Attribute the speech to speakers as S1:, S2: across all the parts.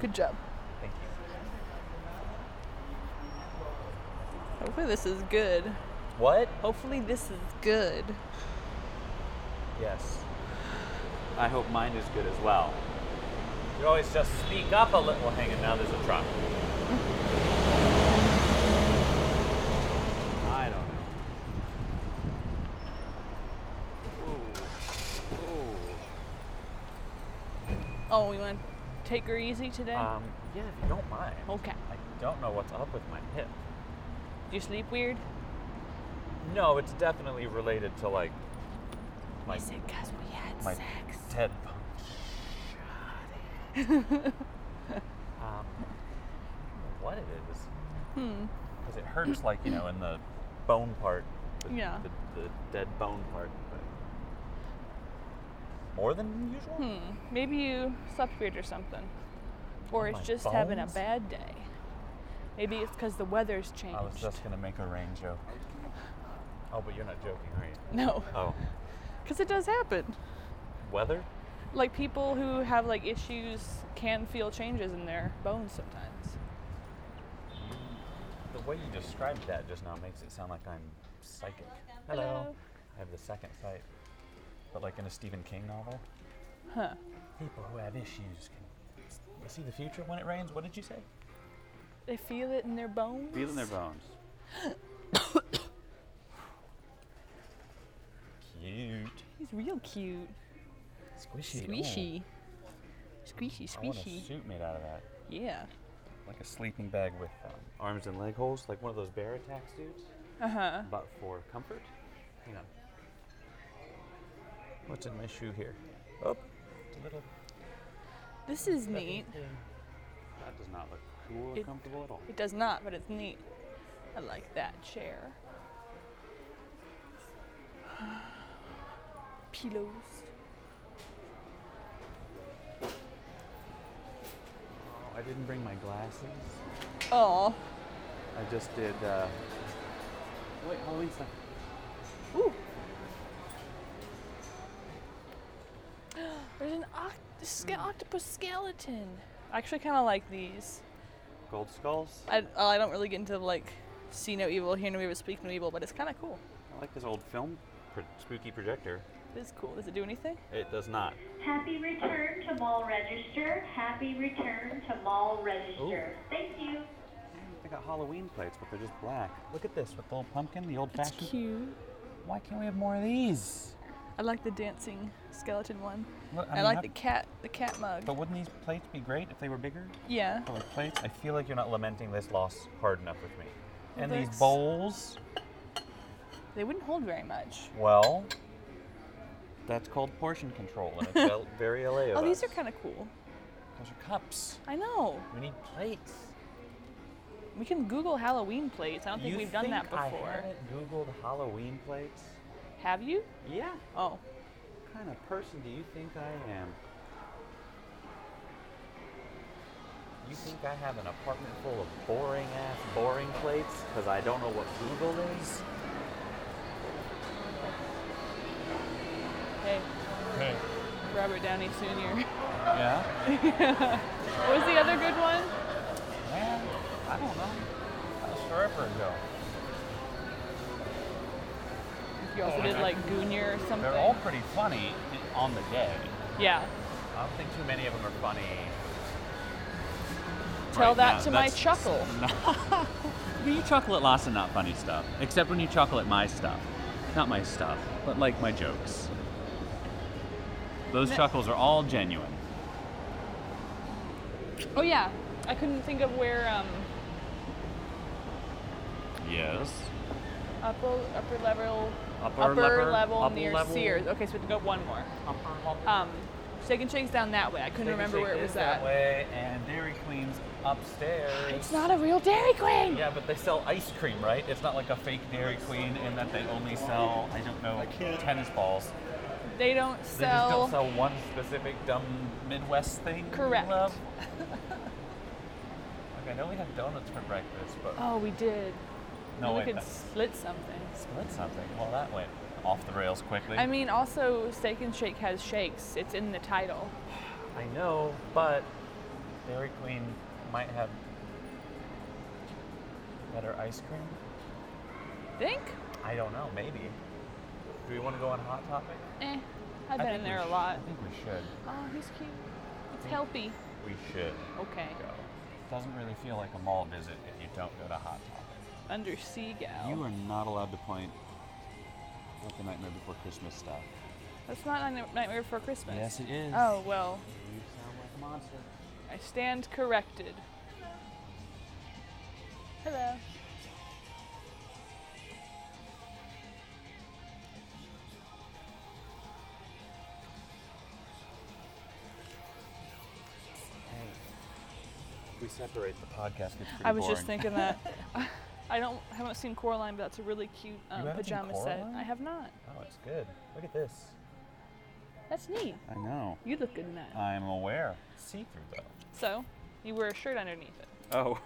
S1: Good job.
S2: Thank you.
S1: Hopefully this is good.
S2: What?
S1: Hopefully this is good.
S2: Yes. I hope mine is good as well. You always just speak up a little. Well, hang on, now there's a truck. I don't know. Ooh.
S1: Oh, we want to take her easy today?
S2: Ooh. Um, yeah, if you don't mind.
S1: okay.
S2: I don't know what's up with my hip.
S1: Do you sleep weird?
S2: No, it's definitely related to like my
S1: because we had
S2: my TED punch. Um, I don't know what it is?
S1: hmm.
S2: Because it hurts like you know in the bone part. The,
S1: Yeah.
S2: The, the dead bone part. But more than usual.
S1: Hmm. Maybe you slept weird or something. Or
S2: Oh,
S1: it's
S2: my
S1: just having a
S2: bones?
S1: bad day. Maybe it's because the weather's changed.
S2: I was just gonna make a rain joke. Oh, but you're not joking, are you?
S1: No,
S2: Oh,
S1: because it does happen.
S2: weather?
S1: Like people who have like issues can feel changes in their bones sometimes.
S2: The way you described that just now makes it sound like I'm psychic. Hello.
S1: Hello.
S2: I have the second sight, but like in a Stephen King novel.
S1: Huh.
S2: People who have issues can s- see the future when it rains. What did you say?
S1: They feel it in their bones.
S2: Feeling their bones. Cute.
S1: He's real cute.
S2: Squishy. Ooh,
S1: Squishy. Squishy,
S2: oh. I want a
S1: squishy.
S2: suit made out of that.
S1: Yeah.
S2: Like a sleeping bag with um, arms and leg holes, like one of those bear attacks dudes,
S1: Uh huh.
S2: but for comfort. Hang on. What's in my shoe here? Oh, it's a little.
S1: This is
S2: nothing
S1: neat.
S2: thing. That does not look cool or
S1: It-
S2: comfortable at all.
S1: It does not, but it's neat. I like that chair. Pillows.
S2: Oh, I didn't bring my glasses.
S1: Oh.
S2: I just did. Uh... Wait, Halloween stuff.
S1: Ooh. There's an oct- ske- octopus skeleton. I actually kind of like these.
S2: Gold skulls.
S1: I, oh, I don't really get into like see no evil, hear no evil, speak no evil, but it's kind of cool.
S2: I like this old film pro- spooky projector.
S1: It is cool. Does it do anything?
S2: It does not.
S3: Happy return to mall register. Happy return to mall register. Thank you.
S2: They got Halloween plates, but they're just black. Look at this with the old pumpkin, the old
S1: It's
S2: fashioned.
S1: cute.
S2: Why can't we have more of these?
S1: I like the dancing skeleton one.
S2: Look,
S1: I,
S2: mean, Oh.
S1: like
S2: how-
S1: the cat, the cat mug.
S2: But wouldn't these plates be great if they were bigger?
S1: yeah.
S2: Colored plates. I feel like you're not lamenting this loss hard enough with me.
S1: Well,
S2: and
S1: that's-
S2: these bowls.
S1: They wouldn't hold very much.
S2: Well, that's called portion control, and it's el- very LA of
S1: Oh, these are
S2: us.
S1: kind of cool.
S2: Those are cups.
S1: I know.
S2: We need plates.
S1: We can Google Halloween plates. I don't think
S2: You
S1: we've done that
S2: think I
S1: before.
S2: haven't Googled Halloween plates.
S1: Have you?
S2: Yeah.
S1: Oh,
S2: What kind of person do you think I am? You think I have an apartment full of boring ass boring plates because I don't know what Google is?
S1: hey,
S2: Hey.
S1: Robert Downey Jr.
S2: Yeah?
S1: What was the other good one?
S2: Man, I don't know. That was forever ago.
S1: You also did like Goonier or something.
S2: Oh, They're all pretty funny on the day.
S1: yeah.
S2: I don't think too many of them are funny.
S1: Tell
S2: Right
S1: that
S2: now,
S1: to my
S2: that's-
S1: chuckle.
S2: you chuckle at lots of not funny stuff, except when you chuckle at my stuff. Not my stuff, but like my jokes. Those
S1: No.
S2: chuckles are all genuine.
S1: Oh yeah. I couldn't think of where um
S2: Yes.
S1: upper upper level
S2: Upper lever-
S1: level
S2: upper
S1: near
S2: level.
S1: Sears. Okay, so we have to go one more. Um Shake and Shake's down that way. I couldn't remember where it was
S2: that
S1: at.
S2: way, and Dairy Queen's upstairs.
S1: It's not a real Dairy Queen.
S2: Yeah, but they sell ice cream, right? It's not like a fake Dairy Queen in that they only sell, I don't know, tennis balls.
S1: They don't
S2: They just
S1: sell
S2: don't sell one specific dumb Midwest thing. you
S1: Correct.
S2: love. like I know we had donuts for breakfast, but
S1: Oh, we did.
S2: no
S1: we
S2: wait,
S1: could
S2: that
S1: split something.
S2: split something. Well, that went off the rails quickly.
S1: I mean, also Steak and Shake has shakes. It's in the title.
S2: I know, but Dairy Queen might have better ice cream.
S1: Think?
S2: I don't know. Maybe. Do we want to go on Hot Topic?
S1: Eh. I've
S2: I
S1: been
S2: think
S1: in
S2: we
S1: there a
S2: sh-
S1: lot.
S2: I think we should.
S1: Oh, he's cute. It's healthy.
S2: We should
S1: Okay.
S2: go. Doesn't really feel like a mall visit if you don't go to Hot Topic.
S1: Under sea
S2: You
S1: gal.
S2: are not allowed to point at the Nightmare Before Christmas stuff.
S1: That's not Night- Nightmare Before Christmas.
S2: Yes, it is.
S1: Oh, well,
S2: You sound like a monster.
S1: I stand corrected. Hello.
S2: Hey, if we separate the podcast. It's pretty
S1: I was just
S2: boring.
S1: thinking that. I don't haven't seen Coraline, but that's a really cute um,
S2: haven't seen
S1: pajama set.
S2: Coraline?
S1: I have not.
S2: Oh, it's good. Look at this.
S1: That's neat.
S2: I know.
S1: You look good in that.
S2: I'm aware. See through though.
S1: so, you wear a shirt underneath it.
S2: Oh,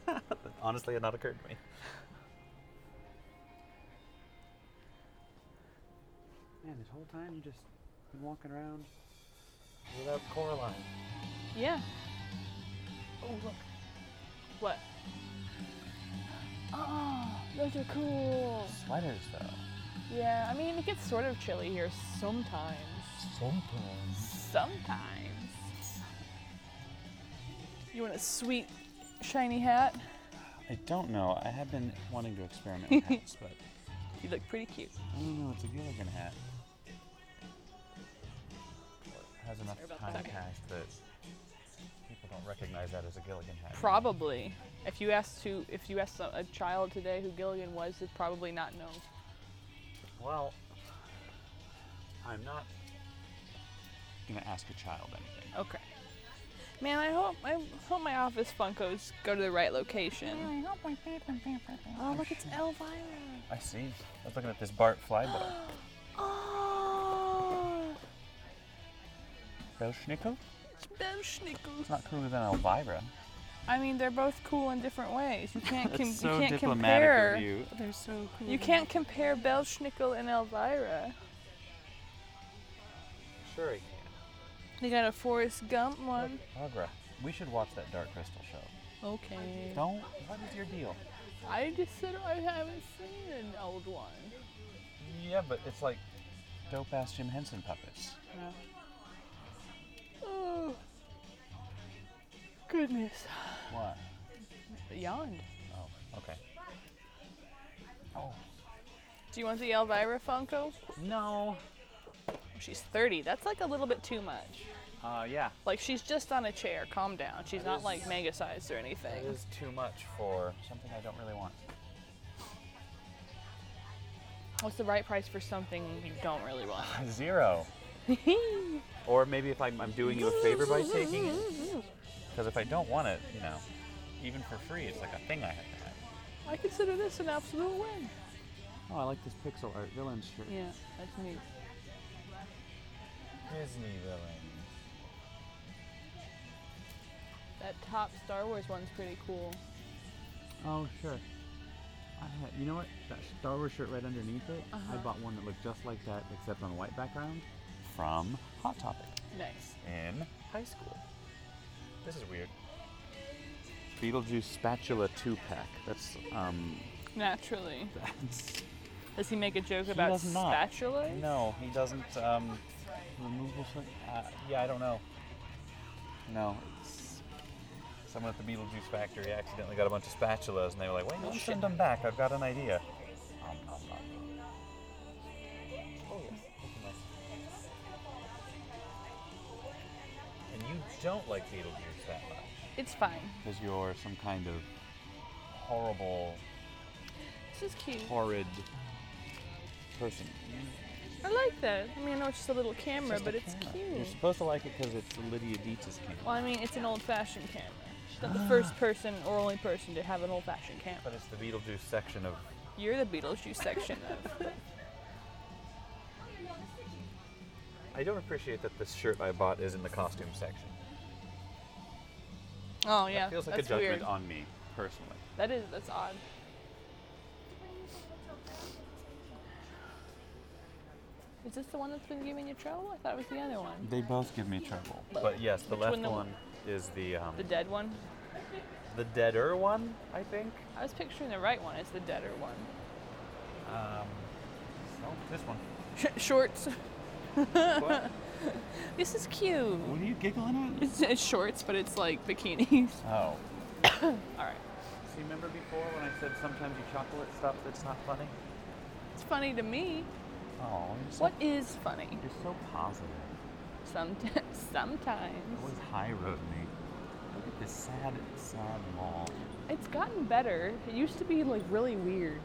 S2: honestly, it not occurred to me. Man, this whole time you just been walking around without Coraline.
S1: Yeah. Oh look. What? Oh, those are cool.
S2: Sweaters though.
S1: Yeah, I mean it gets sort of chilly here sometimes.
S2: Sometimes.
S1: Sometimes. You want a sweet shiny hat?
S2: I don't know. I have been wanting to experiment with hats, but
S1: You look pretty cute.
S2: I don't know. It's a good looking hat. It has enough
S1: Sorry about
S2: time
S1: that.
S2: passed that people don't recognize that as a Gilligan hat. anymore.
S1: Probably. If you asked to, if you asked a, a child today who Gilligan was, they'd probably not know.
S2: Well, I'm not gonna ask a child anything.
S1: Okay. Man, I hope I hope my office Funkos go to the right location. Oh look, it's Elvira.
S2: I see. I was looking at this Bart Flyboy.
S1: Oh,
S2: Belschnickel?
S1: Belschnickels.
S2: It's not cooler than Elvira.
S1: I mean, they're both cool in different ways. You can't com-
S2: so
S1: you can't
S2: diplomatic
S1: compare.
S2: of you. They're so cool.
S1: You can't compare Belschnickel and Elvira.
S2: Sure, I can.
S1: They got a Forrest Gump one.
S2: Agra, we should watch that Dark Crystal show.
S1: Okay.
S2: Don't. What is your deal?
S1: I just said I haven't seen an old one.
S2: Yeah, but it's like dope ass Jim Henson puppets.
S1: Oh. Goodness.
S2: What?
S1: Yawned.
S2: Oh, okay. Oh.
S1: Do you want the Elvira Funko?
S2: No.
S1: She's 30. That's like a little bit too much.
S2: Uh, yeah.
S1: Like she's just on a chair. Calm down. She's not like mega sized or
S2: That
S1: anything.
S2: is too much for something I don't really want.
S1: What's the right price for something you don't really want?
S2: Zero. Or maybe if I'm, I'm doing you a favor by taking it. Because if I don't want it, you know, even for free, it's like a thing I have to have.
S1: I consider this an absolute win.
S2: Oh, I like this pixel art villain shirt.
S1: Yeah, that's me.
S2: Disney villain.
S1: That top Star Wars one's pretty cool.
S2: Oh, sure. I had, you know what? That Star Wars shirt right underneath it, I bought one that looked just like that, except on a white background. From Hot Topic.
S1: Nice.
S2: In high school. This is weird. Beetlejuice spatula two pack. That's, um.
S1: Naturally.
S2: That's
S1: Does he make a joke
S2: He
S1: about
S2: does not.
S1: spatula?
S2: No, he doesn't. Um, removal thing? Uh, yeah, I don't know. No, it's someone at the Beetlejuice factory accidentally got a bunch of spatulas, and they were like, "Wait, don't send them back. I've got an idea." Nom, nom, nom. Oh yes, that's nice. And you don't like Beetlejuice that much
S1: It's fine.
S2: because you're some kind of horrible,
S1: This is cute.
S2: horrid person.
S1: I like that. I mean, I know it's just a little camera,
S2: Just a
S1: but it's
S2: camera. You're
S1: cute.
S2: supposed to like it because it's Lydia Dietz's camera.
S1: Well, I mean, it's an old-fashioned camera. She's
S2: Ah.
S1: not the first person or only person to have an old-fashioned camera.
S2: But it's the Beetlejuice section of.
S1: You're the Beetlejuice section of.
S2: I don't appreciate that this shirt I bought is in the costume section.
S1: Oh yeah,
S2: feels like a
S1: that's
S2: judgment
S1: weird.
S2: on me personally.
S1: That is that's odd. Is this the one that's been giving you trouble? I thought it was the other one.
S2: They both give me trouble. But yes, the left
S1: one the-
S2: one is the um,
S1: The dead one?
S2: the deader one, I think.
S1: I was picturing the right one as the deader one.
S2: Um, oh, this one.
S1: shorts.
S2: What?
S1: This is cute.
S2: what are you giggling at?
S1: It's, it's shorts, but it's like bikinis.
S2: Oh.
S1: All right.
S2: So you remember before when I said sometimes you chuckle at stuff that's not funny?
S1: It's funny to me.
S2: Oh, you're so,
S1: What is funny?
S2: You're so positive.
S1: Some, sometimes.
S2: Always high road me. Look at this sad, sad mall.
S1: It's gotten better. It used to be like really weird.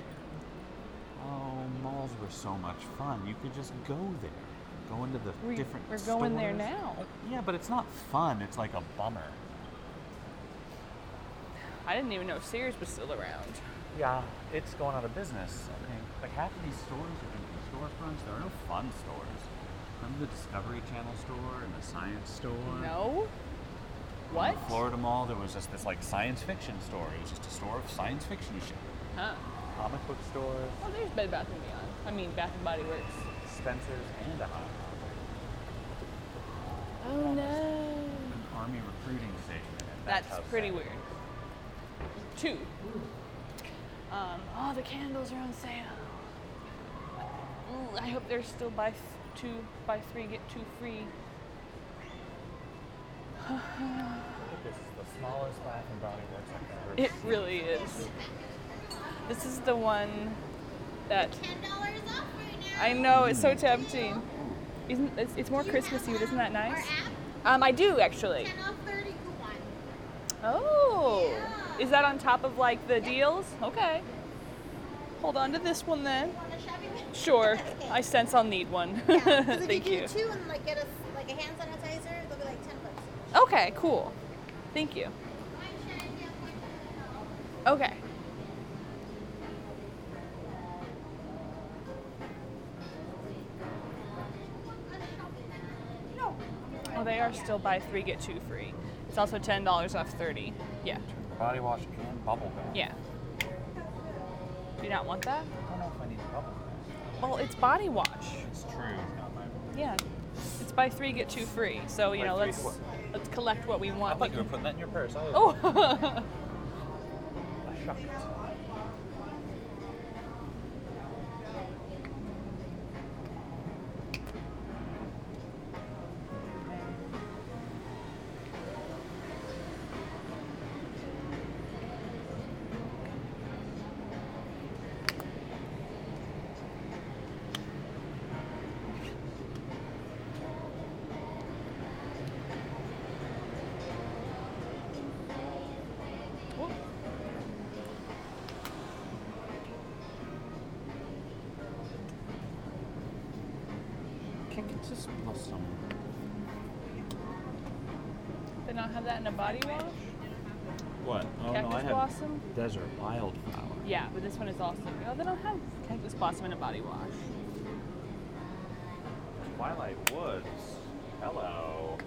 S2: Oh, malls were so much fun. You could just go there. Go into the
S1: We-
S2: different
S1: we're going there
S2: stores.
S1: now.
S2: Yeah, but it's not fun. It's like a bummer.
S1: I didn't even know Sears was still around.
S2: Yeah, it's going out of business. I think. Like half of these stores are going to be storefronts. There are no fun stores. Remember the Discovery Channel store and the Science store?
S1: No?
S2: In
S1: What?
S2: the Florida Mall, there was just this like science fiction store. It was just a store of science fiction shit.
S1: Huh.
S2: Comic book store,
S1: Oh, there's Bed Bath and Beyond. I mean, Bath and Body Works.
S2: Spencer's, and a hot
S1: Oh no.
S2: an army recruiting station. and
S1: That's
S2: how
S1: pretty
S2: sad.
S1: weird. Two. Um, oh, the candles are on sale. Ooh, I hope they're still buy th- two, buy three, get two free.
S2: Look, This is the smallest Bath and Body Works I've ever
S1: It
S2: seen.
S1: really is. This is the one that
S4: Ten dollars off right now.
S1: I know it's so tempting. Isn't it's, it's more Christmassy? But isn't that
S4: Our
S1: nice?
S4: app,
S1: Um, I do actually.
S4: ten off thirty coupon.
S1: Oh, is that on top of like the deals? Okay. Hold on to this one then.
S4: Want a shopping bag?
S1: Sure. I sense I'll need one.
S4: Yeah, 'cause if
S1: Thank you.
S4: you. do two and like get a like a hand sanitizer, they'll be like ten bucks.
S1: Okay. Cool. Thank you. Okay. Oh, they are still buy three get two free. It's also ten dollars off thirty. Yeah.
S2: Body wash and bubble bath.
S1: Yeah. Do you not want that?
S2: I don't know if I need a bubble bath.
S1: Well, it's body wash.
S2: It's true. It's not my.
S1: Yeah. It's buy three get two free. So you
S2: Buy
S1: know,
S2: three
S1: let's
S2: what?
S1: let's collect what we
S2: I
S1: want.
S2: thought you were putting that in your purse. I was
S1: oh.
S2: shocked.
S1: Whoop.
S2: Cactus blossom.
S1: They not have that in a body wash?
S2: What? Oh
S1: Cactus blossom?
S2: desert wildflower.
S1: Yeah, but this one is also. Oh, they don't have cactus blossom in a body wash.
S2: Twilight Woods. Hello.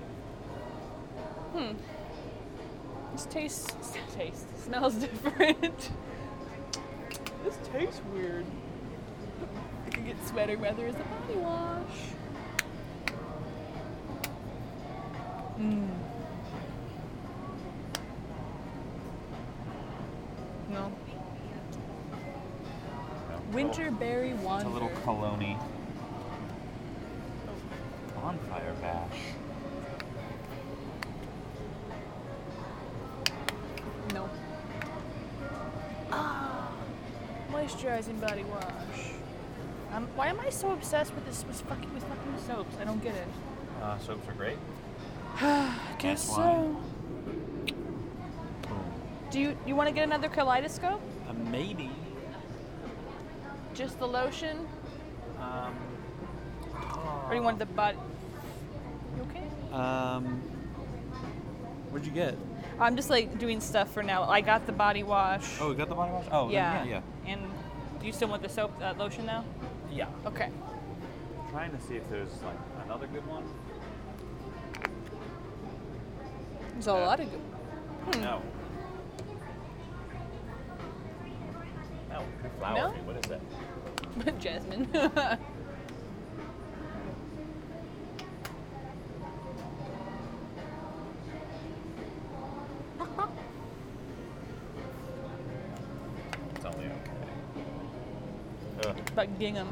S1: This tastes, tastes, smells different. this tastes weird. I could get sweater weather as a body wash. Mm. No. Winter berry
S2: It's
S1: wander.
S2: a little colony. Bonfire bash.
S1: No. Ah, moisturizing body wash. Um, why am I so obsessed with this with fucking with fucking soaps? I don't get it.
S2: Uh, soaps are great.
S1: I
S2: guess That's why.
S1: Do you you want to get another kaleidoscope?
S2: Uh, maybe.
S1: Just the lotion,
S2: Um.
S1: or do you want the body? You okay?
S2: Um. What'd you get?
S1: I'm just like doing stuff for now. I got the body wash.
S2: Oh, we got the body wash. Oh, then
S1: yeah.
S2: yeah,
S1: And do you still want the soap uh, lotion now?
S2: yeah.
S1: Okay.
S2: Yeah. Trying to see if there's like another good one.
S1: There's a lot of good. Hmm.
S2: No. No. Good flower.
S1: No?
S2: What is that?
S1: Jasmine. about gingham?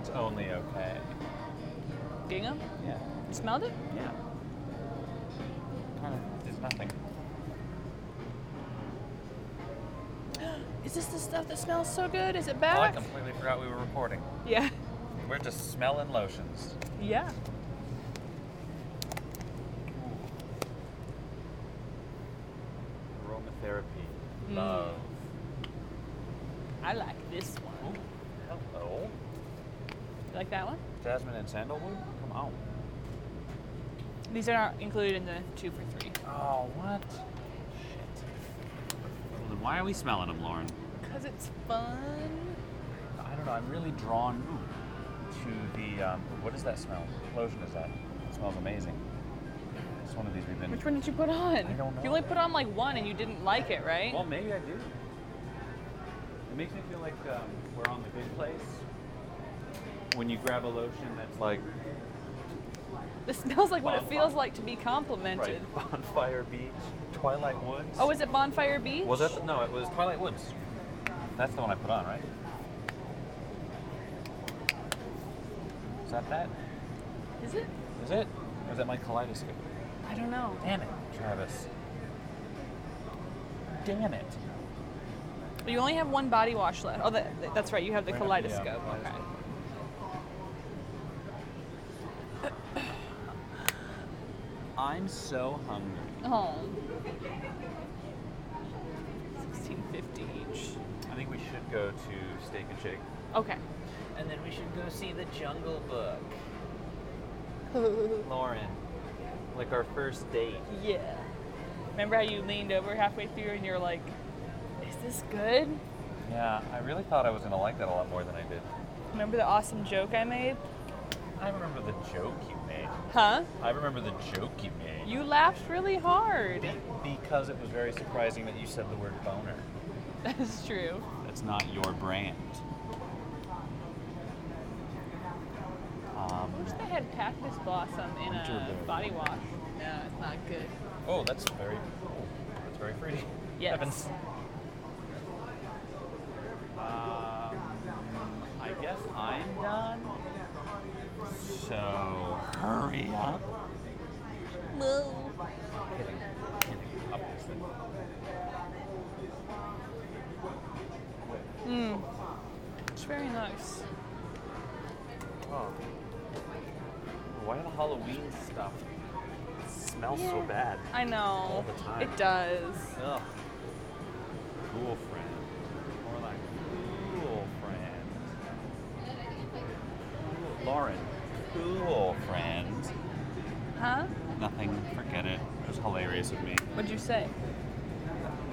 S2: It's only okay.
S1: Gingham?
S2: Yeah.
S1: You smelled it?
S2: Yeah. Kind of did nothing.
S1: Is this the stuff that smells so good? Is it
S2: Oh, I
S1: back?
S2: completely forgot we were recording.
S1: yeah.
S2: We're just smelling lotions.
S1: Yeah.
S2: Aromatherapy.
S1: Mm.
S2: Love.
S1: I like this one.
S2: Hello.
S1: You like that one?
S2: Jasmine and sandalwood? Come on.
S1: These are not included in the two for three.
S2: Oh, what?
S5: Well, then why are we smelling them, Lauren?
S1: Because it's fun.
S2: I don't know. I'm really drawn to the. Um, what is that smell? What lotion is that? It smells amazing. It's one of these we've been.
S1: Which one did you put on?
S2: I don't
S1: You
S2: know.
S1: only put on like one and you didn't like it, right?
S5: Well, maybe I do. It makes me feel like um, we're on the good place. When you grab a lotion that's like
S1: this smells like what
S5: Well,
S1: it feels
S5: well.
S1: like to be complimented.
S2: Bonfire Beach, Twilight Woods.
S1: Oh, is it Bonfire Beach?
S2: Was that no? It was Twilight Woods. That's the one I put on, right? Is that that?
S1: Is it?
S2: Is it? Or is that my kaleidoscope?
S1: I don't know.
S2: Damn it, Travis. Damn it.
S1: But you only have one body wash left. Oh, that, that's right. You have the
S2: Yeah,
S1: kaleidoscope.
S2: kaleidoscope.
S1: Okay.
S5: I'm so hungry.
S1: Oh. 1650 each.
S2: I think we should go to Steak and Shake.
S1: Okay.
S5: And then we should go see the Jungle Book. Lauren, like our first date.
S1: Yeah. Remember how you leaned over halfway through and you're like, is this good?
S2: Yeah, I really thought I was gonna like that a lot more than I did.
S1: Remember the awesome joke I made?
S2: I remember the joke you made.
S1: Huh?
S2: I remember the joke you made.
S1: You laughed really hard.
S2: because it was very surprising that you said the word boner.
S1: That's true.
S5: That's not your brand.
S1: I wish
S5: Um,
S1: they had cactus blossom in a
S5: Winterberry.
S1: body wash. No, it's not good.
S2: Oh, that's very. That's very fruity.
S1: Yes.
S2: Heavens.
S5: um, I guess I'm done. So hurry up.
S1: Whoa.
S2: Kidding. Kidding. Obviously.
S1: Mm. It's very nice.
S2: Oh. Why the Halloween stuff smells so
S1: Yeah.
S2: bad?
S1: I know.
S2: All the time.
S1: It does.
S2: Ugh. Cool friend. More like cool friend. Cool- Lauren. Cool friend.
S1: Huh?
S2: Nothing. Forget it. It was hilarious of me.
S1: What'd you say?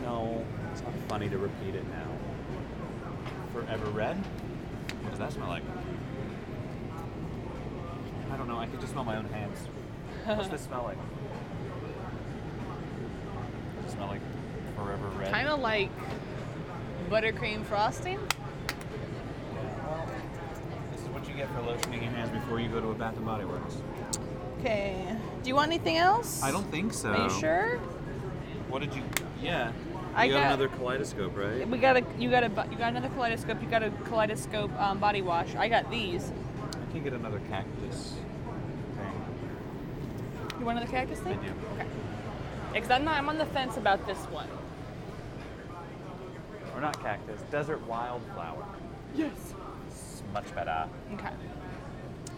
S2: No, it's not funny to repeat it now. Forever red? What does that smell like? I don't know. I could just smell my own hands. What's this smell like? Does it smell like forever red?
S1: Kind of like buttercream frosting.
S2: This is what you get for lotioning your hands before you go to a Bath and Body Works.
S1: Okay. Do you want anything else?
S2: I don't think so.
S1: Are you sure?
S2: What did you? Yeah.
S1: I
S2: you got,
S1: got-
S2: another kaleidoscope, right?
S1: We got a. You got a. bu- You got another kaleidoscope. You got a kaleidoscope um, body wash. I got these.
S2: I can get another cactus thing.
S1: You want another cactus thing?
S2: I do.
S1: Okay. Because I'm not. I'm on the fence about this one.
S2: Or not cactus, desert wildflower.
S1: Yes.
S2: It's much better.
S1: Okay.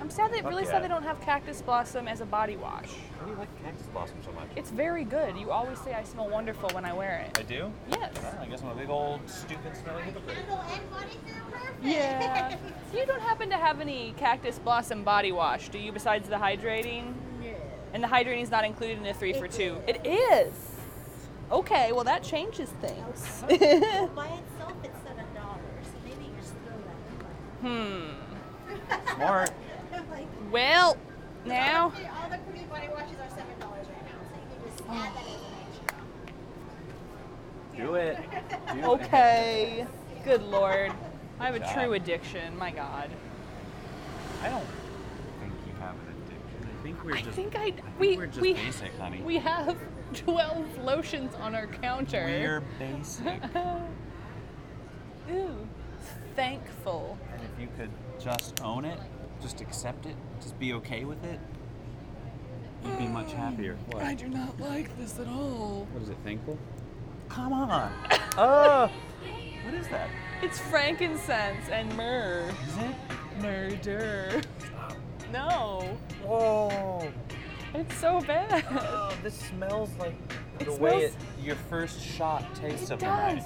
S1: I'm sad they
S2: Fuck
S1: really
S2: yeah.
S1: sad they don't have cactus blossom as a body wash.
S2: Why do you like cactus blossom so much?
S1: It's very good. You always say I smell wonderful when I wear
S2: I
S1: it.
S2: do.
S1: Yes.
S2: Well, I guess I'm a big old stupid smelly hypocrite.
S4: Candle and body care, perfect.
S1: Yeah. you don't happen to have any cactus blossom body wash, do you? Besides the hydrating,
S4: no.
S1: and the hydrating is not included in the three for
S4: It
S1: two.
S4: is.
S1: It is. Okay. Well, that changes things.
S4: By itself, it's seven dollars. So maybe you're still
S1: hmm.
S2: Smart.
S4: that. like,
S1: Well,
S4: all
S1: now
S4: the- all the pretty body washes are seven dollars right now, so you can just add that as an extra.
S2: Do it. Do it.
S1: okay. Good lord. I have
S2: Good
S1: a
S2: job.
S1: true addiction. My God.
S2: I don't think you have an addiction. I think we're
S1: I
S2: just.
S1: think I.
S2: think
S1: We
S2: we're just
S1: we
S2: basic, honey.
S1: we have twelve lotions on our counter.
S2: We're basic.
S1: Ooh, thankful.
S2: And if you could just own it, just accept it, just be okay with it, you'd be much happier. What?
S1: I do not like this at all.
S2: What is it, thankful? Come on. Oh! what is that?
S1: It's frankincense and myrrh.
S2: Is it?
S1: Murder. No,
S2: Whoa!
S1: it's so bad.
S2: Oh, this smells like
S1: It
S2: the way it,
S1: smells-
S2: your first shot tastes
S1: It
S2: of the night.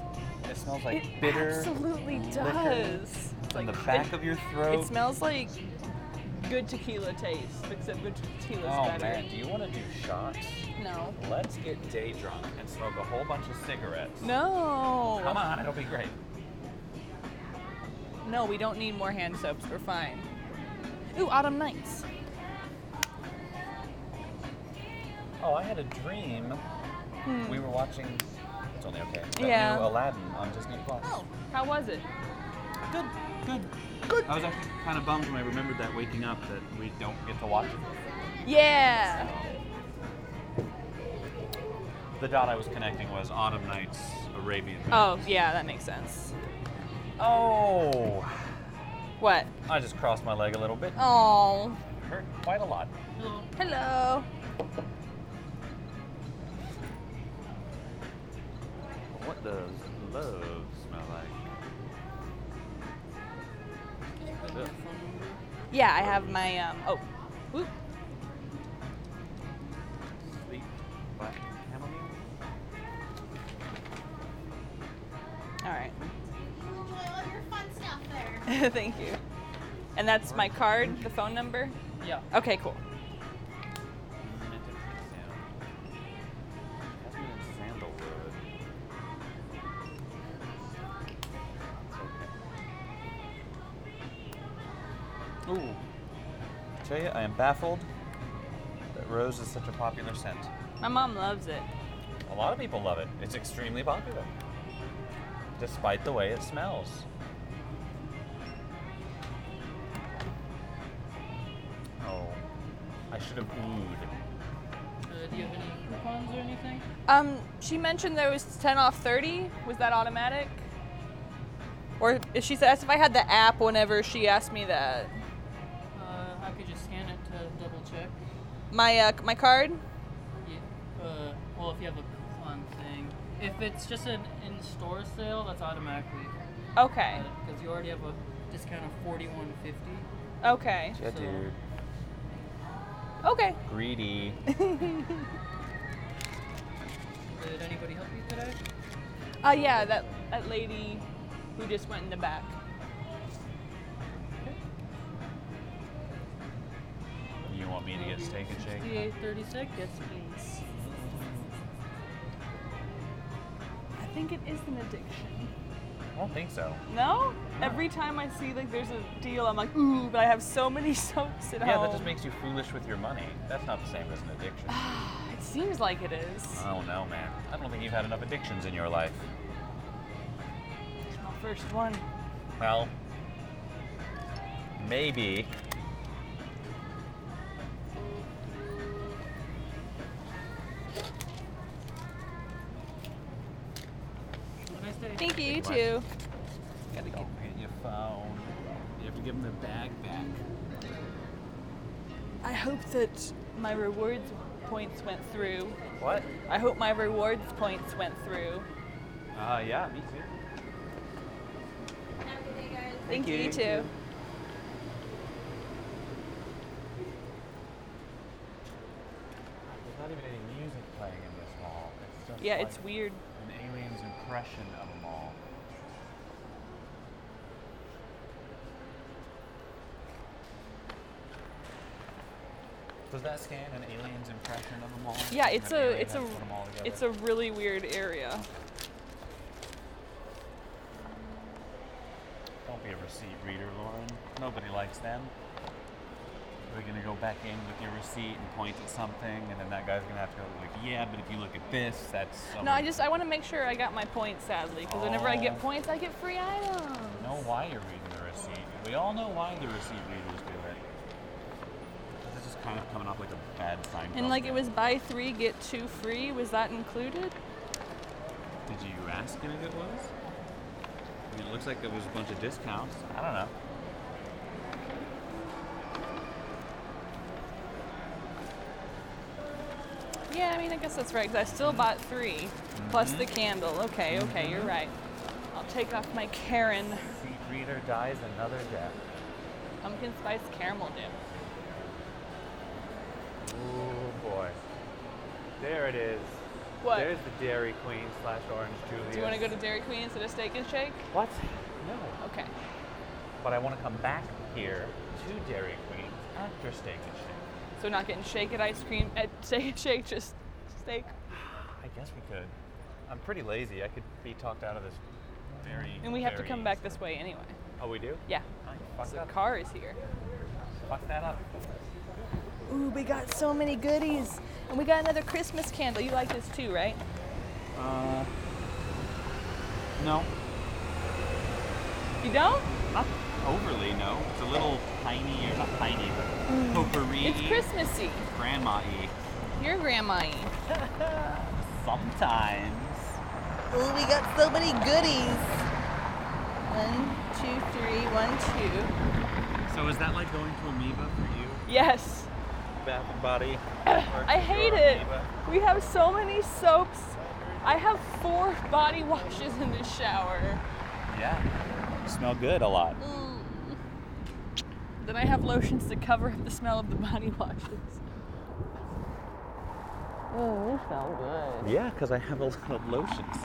S2: It smells like
S1: it
S2: bitter
S1: absolutely does. It's
S2: on
S1: like
S2: the back
S1: it,
S2: of your throat.
S1: It smells like good tequila taste, except good tequila's
S2: oh
S1: better.
S2: man, do you want to do shots?
S1: No.
S2: Let's get day drunk and smoke a whole bunch of cigarettes.
S1: No.
S2: Come on, it'll be great.
S1: No, we don't need more hand soaps. We're fine. Ooh, autumn nights.
S2: Oh, I had a dream. We were watching. It's only okay. That
S1: Yeah.
S2: New Aladdin on Disney Plus.
S1: Oh, how was it?
S2: good, good, good. I was actually kind of bummed when I remembered that waking up that we don't get to watch it. Um,
S1: Yeah.
S2: The dot I was connecting was Autumn Nights, Arabian.
S1: Oh, yeah, that makes sense.
S2: Oh.
S1: What?
S2: I just crossed my leg a little bit.
S1: Oh.
S2: Hurt quite a lot.
S1: Hello.
S2: What does love smell like?
S1: Yeah, I have my um. Oh. Whoop.
S2: Sweet black chamomile.
S1: All right.
S4: You enjoy all your fun stuff there.
S1: Thank you. And that's my card, the phone number.
S2: Yeah.
S1: Okay, cool.
S2: Jasmine and sandalwood. Ooh. I tell you, I am baffled that rose is such a popular scent.
S1: My mom loves it.
S2: A lot of people love it. It's extremely popular, despite the way it smells. Oh, I should have oohed.
S1: Um, she mentioned there was 10 off 30. Was that automatic? Or if she asked if I had the app whenever she asked me that.
S6: Uh, I could just scan it to double check.
S1: My uh, my card?
S6: Yeah. Uh, well, if you have a coupon thing. If it's just an in-store sale, that's automatically
S1: Okay.
S6: because you already have a discount of forty-one fifty.
S1: Okay.
S2: Yeah,
S6: So-
S2: dude.
S1: Okay.
S2: Greedy.
S6: Did anybody help you today?
S1: Uh, yeah, that, that lady who just went in the back.
S2: You want me to get steak and shake?
S6: Sixty-eight thirty-six. Yes, please.
S1: I think it is an addiction.
S2: I don't think so.
S1: No? Every time I see like there's a deal, I'm like, ooh, but I have so many soaps at
S2: Yeah,
S1: home.
S2: that just makes you foolish with your money. That's not the same as an addiction.
S1: It seems like it is.
S2: oh no, man. I don't think you've had enough addictions in your life.
S1: It's my first one.
S2: Well, maybe.
S6: What did I say?
S1: Thank you, you
S2: Goodbye.
S1: too.
S2: Gotta get your phone. You have to give him the bag back.
S1: I hope that my rewards points went through.
S2: What?
S1: I hope my rewards points went through.
S2: Uh, yeah, me too.
S1: Thank, you, you
S2: you.
S1: too.
S2: There's not even any music playing in this mall. It's just
S1: Yeah,
S2: like
S1: it's weird.
S2: An alien's impression of a mall. Does that scan an alien's impression of a mall?
S1: Yeah,
S2: An
S1: it's
S2: alien
S1: a it's
S2: has
S1: a
S2: put 'em all together?
S1: it's a really weird area.
S2: Don't be a receipt reader, Lauren. Nobody likes them. We're gonna go back in with your receipt and point at something, and then that guy's gonna have to go like, yeah, but if you look at this, that's. So
S1: No, I just I want to make sure I got my points sadly because whenever I get
S2: Oh.
S1: points, I get free items.
S2: know why you're reading the receipt. We all know why the receipt readers do it. This is kind of coming off like a bad sign.
S1: And like it was buy 3 get 2 free, was that included?
S2: Did you ask him if it was? I mean, it looks like it was a bunch of discounts. I don't know.
S1: Yeah, I mean, I guess that's right because I still bought 3 plus
S2: Mm-hmm.
S1: the candle. Okay, okay, you're right. I'll take off my Karen
S2: Seat reader dies another death.
S1: pumpkin spice caramel dip.
S2: Oh boy. There it is.
S1: What?
S2: There's the Dairy Queen slash Orange Julius.
S1: Do you want to go to Dairy Queen instead of Steak and Shake?
S2: What? No.
S1: Okay.
S2: But I want to come back here to Dairy Queen after Steak and Shake.
S1: So not getting shake at ice cream at Steak and Shake, just steak.
S2: I guess we could. I'm pretty lazy. I could be talked out of this very.
S1: And we have to
S2: very
S1: come back
S2: easily.
S1: this way anyway.
S2: Oh, we do?
S1: Yeah.
S2: I fucked
S1: The
S2: up.
S1: car is here.
S2: Fuck that up.
S1: Ooh, we got so many goodies. And we got another Christmas candle. You like this too, right?
S5: Uh, no,
S1: You don't?
S5: not overly. No, it's a little tiny, or not tiny, but potpourri.
S1: Mm. It's Christmassy.
S5: Grandma-y.
S1: Your grandma
S5: Sometimes.
S1: Oh, we got so many goodies. One, two, three, one,
S5: So is that like going to Amoeba for you?
S1: two. Yes.
S2: Bath and Body.
S1: I hate it. We have so many soaps. I have four body washes in the shower.
S2: Yeah. Smell good a lot.
S1: Mm. Then I have lotions to cover up the smell of the body washes. Oh, you smell good.
S2: Yeah, because I have a lot of lotions.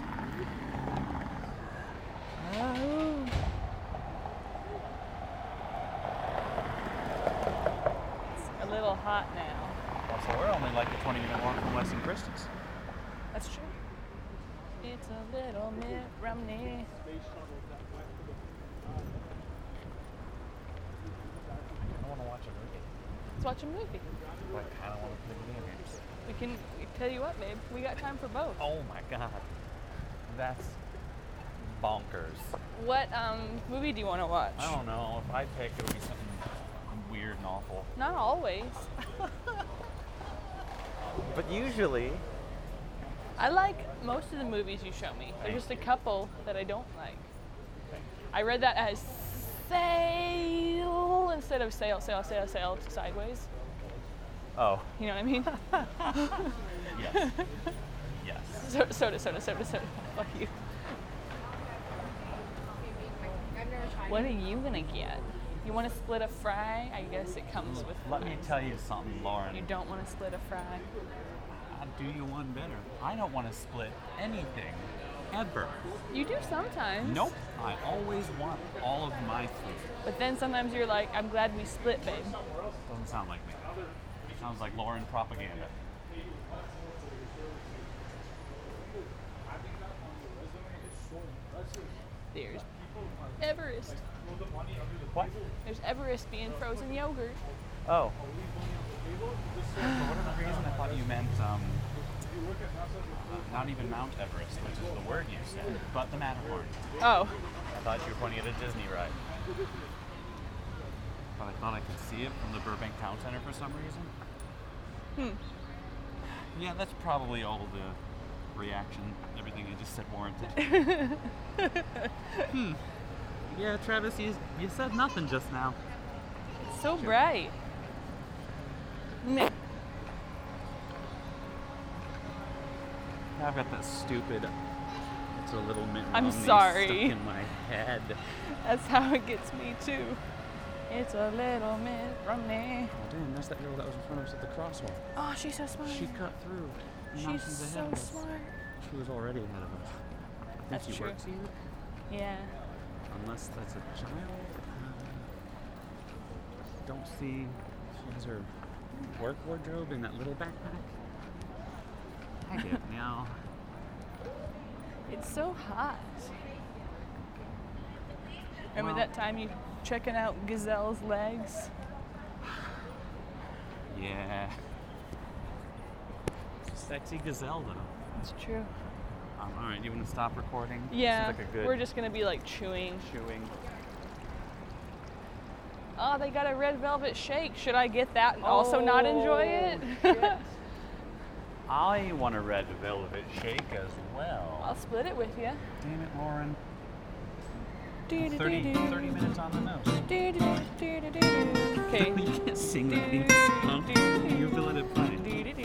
S1: It's a little hot now.
S2: Also, we're only like a 20 minute walk from Weston Christians.
S1: That's true. It's a little Mitt
S2: I
S1: Romney.
S2: want to watch a
S1: Let's watch a movie.
S2: movie. I kind of want to play video games.
S1: We can we tell you what, babe. We got time for both.
S2: Oh my god. That's bonkers.
S1: What um, movie do you want to watch?
S2: I don't know. If I pick, it would be something weird and awful.
S1: Not always.
S2: But usually.
S1: I like most of the movies you show me. There's just a couple that I don't like. I read that as sail instead of sail, sail, sail, sail sideways.
S2: Oh,
S1: You know what I mean?
S2: yes. yes.
S1: So- soda, soda, soda, soda. Fuck you. What are you gonna get? You want to split a fry? I guess it comes with.
S5: Let me
S1: fries.
S5: tell you something, Lauren.
S1: You don't want to split a fry.
S5: I'll do you one better. I don't want to split anything ever.
S1: You do sometimes.
S5: Nope. I always want all of my food.
S1: But then sometimes you're like, I'm glad we split, babe.
S5: Doesn't sound like me. Sounds like Lauren propaganda.
S1: There's Everest.
S2: What?
S1: There's Everest being frozen yogurt.
S2: Oh. For whatever reason, I thought you meant um, not even Mount Everest, which is the word you said, but the Matterhorn.
S1: Oh,
S2: I thought you were pointing at a Disney ride. But I thought I could see it from the Burbank Town Center for some reason. Hmm. Yeah, that's probably all the reaction, everything you just said warranted. hmm. Yeah, Travis, you, you said nothing just now.
S1: it's so bright. Meh.
S2: I've got that stupid. It's a little mint.
S1: I'm
S2: Romney Stuck
S1: sorry.
S2: in my head. Oh,
S1: That's how it gets me too. It's a little Mitt
S2: Oh,
S1: Romney.
S2: damn, that's that girl that was in front of us at the crosswalk.
S1: Oh, she's so smart.
S2: She cut through. and knocked into
S1: she's
S2: the head
S1: so
S2: of us.
S1: smart.
S2: She was already ahead of us. I think
S1: That's
S2: she
S1: true.
S2: works here.
S1: Yeah.
S2: Unless that's a child. uh, Don't see. She has her work wardrobe in that little backpack. I get now.
S1: It's so hot. Remember
S2: Well-
S1: that time you checking out Gazelle's legs?
S2: Yeah. Sexy gazelle though.
S1: It's true.
S2: Um, all right, you want to stop recording? This is
S1: Yeah.
S2: like a good
S1: We're just gonna be like chewing.
S2: chewing.
S1: Oh, they got a red velvet shake. Should I get that and also not enjoy it?
S2: I want a red velvet shake as well.
S1: I'll split it with you.
S2: Damn it, Lauren. 30, 30 minutes on the nose.
S7: Okay.
S1: You can't sing that theme song. You're feeling it funny.